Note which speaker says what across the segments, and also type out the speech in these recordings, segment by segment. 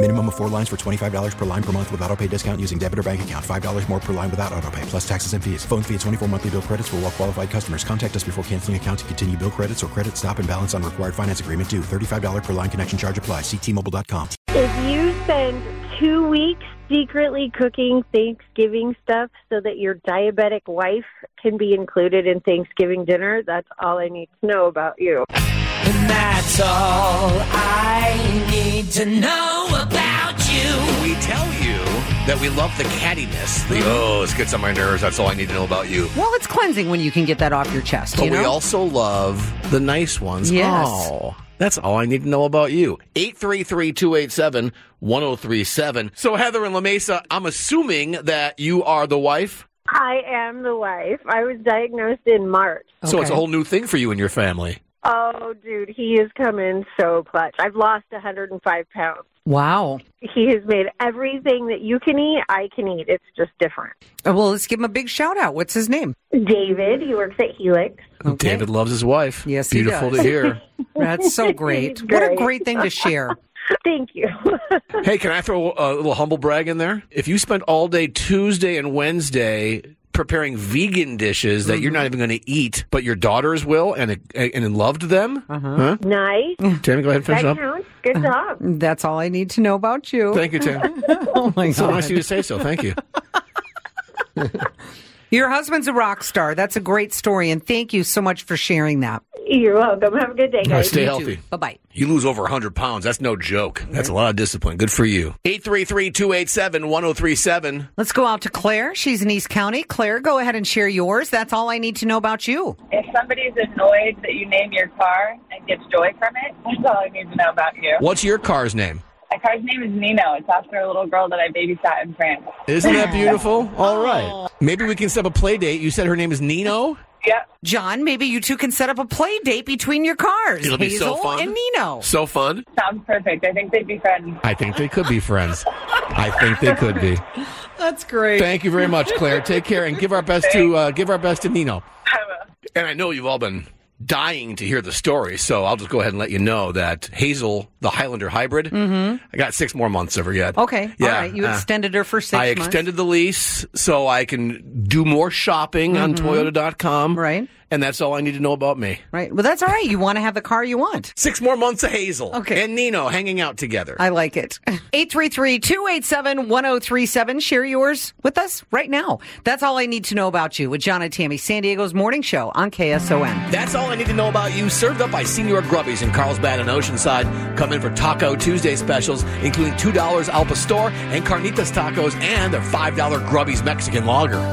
Speaker 1: Minimum of four lines for $25 per line per month with auto pay discount using debit or bank account. $5 more per line without auto pay, plus taxes and fees. Phone fee at 24 monthly bill credits for all well qualified customers. Contact us before canceling account to continue bill credits or credit stop and balance on required finance agreement due. $35 per line connection charge apply. Ctmobile.com.
Speaker 2: If you spend two weeks secretly cooking Thanksgiving stuff so that your diabetic wife can be included in Thanksgiving dinner, that's all I need to know about you.
Speaker 3: And that's all I need to know about you.
Speaker 4: We tell you that we love the cattiness. The, oh, this gets on my nerves. That's all I need to know about you.
Speaker 5: Mm-hmm. Well, it's cleansing when you can get that off your chest.
Speaker 4: But
Speaker 5: you know?
Speaker 4: we also love the nice ones.
Speaker 5: Yes.
Speaker 4: Oh, that's all I need to know about you. 833 287 1037. So, Heather and LaMesa, I'm assuming that you are the wife.
Speaker 2: I am the wife. I was diagnosed in March.
Speaker 4: So, it's
Speaker 5: Okay.
Speaker 4: a whole new thing for you and your family.
Speaker 2: Oh, dude, he is coming so clutch. I've lost 105 pounds.
Speaker 5: Wow.
Speaker 2: He has made everything that you can eat, I can eat. It's just different.
Speaker 5: Uh, Well, let's give him a big shout out. What's his name?
Speaker 2: David, he works at Helix.
Speaker 5: Okay.
Speaker 4: David loves his wife.
Speaker 5: Yes, he
Speaker 4: Beautiful
Speaker 5: does.
Speaker 4: to hear.
Speaker 5: That's so great.
Speaker 2: He's
Speaker 5: What a
Speaker 2: great.
Speaker 5: great thing to share.
Speaker 2: Thank you.
Speaker 4: Hey, can I throw a little humble brag in there? If you spent all day Tuesday and Wednesday preparing vegan dishes that you're not even going to eat, but your daughters will and and loved them,
Speaker 2: Uh-huh.
Speaker 4: huh?
Speaker 2: nice.
Speaker 4: Tammy, go ahead and finish
Speaker 2: That
Speaker 4: up.
Speaker 2: counts. Good job.
Speaker 5: That's all I need to know about you.
Speaker 4: Thank you, Tammy.
Speaker 5: oh my
Speaker 4: so nice
Speaker 5: god.
Speaker 4: of you to say so. Thank you.
Speaker 5: Your husband's a rock star. That's a great story, and thank you so much for sharing that.
Speaker 2: You're welcome. Have a good day, guys.
Speaker 4: Stay healthy.
Speaker 5: Bye bye.
Speaker 4: You lose over 100 pounds. That's no joke. That's a lot of discipline. Good for you. 833 287 1037.
Speaker 5: Let's go out to Claire. She's in East County. Claire, go ahead and share yours. That's all I need to know about you.
Speaker 6: If somebody's annoyed that you name your car and gets joy from it, that's all I need to know about you.
Speaker 4: What's your car's name?
Speaker 6: My car's name is Nino. It's after a little girl that I babysat in France.
Speaker 4: Isn't that beautiful? All right. Maybe we can set up a play date. You said her name is Nino?
Speaker 6: Yep.
Speaker 5: John, maybe you two can set up a play date between your cars.
Speaker 4: It'll be so
Speaker 5: Hazel
Speaker 4: fun.
Speaker 5: and Nino.
Speaker 4: So fun.
Speaker 6: Sounds perfect. I think they'd be friends.
Speaker 4: I think they could be friends. I think they could be.
Speaker 5: That's great.
Speaker 4: Thank you very much, Claire. Take care and give our best to uh, give our best to Nino. And I know you've all been dying to hear the story, so I'll just go ahead and let you know that Hazel, the Highlander hybrid, I got six more months of her yet.
Speaker 5: Mm-hmm. Okay.
Speaker 4: Yeah.
Speaker 5: all right. You
Speaker 4: uh,
Speaker 5: extended her for six
Speaker 4: I
Speaker 5: months.
Speaker 4: extended the lease so I can do more shopping on Toyota.com.
Speaker 5: Mm-hmm. Right.
Speaker 4: And that's all I need to know about me.
Speaker 5: Right. Well, that's all right. You want to have the car you want.
Speaker 4: Six more months of Hazel
Speaker 5: Okay.
Speaker 4: and Nino hanging out together.
Speaker 5: I like it. 833 287 1037. Share yours with us right now. That's all I need to know about you with John and Tammy, San Diego's morning show on KSON.
Speaker 4: That's all I need to know about you. Served up by Senior Grubbies in Carlsbad and Oceanside. Come in for Taco Tuesday specials, including $2 Al Pastor and Carnitas tacos and their $5 Grubbies Mexican lager.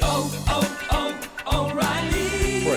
Speaker 3: Oh, oh, O'Reilly.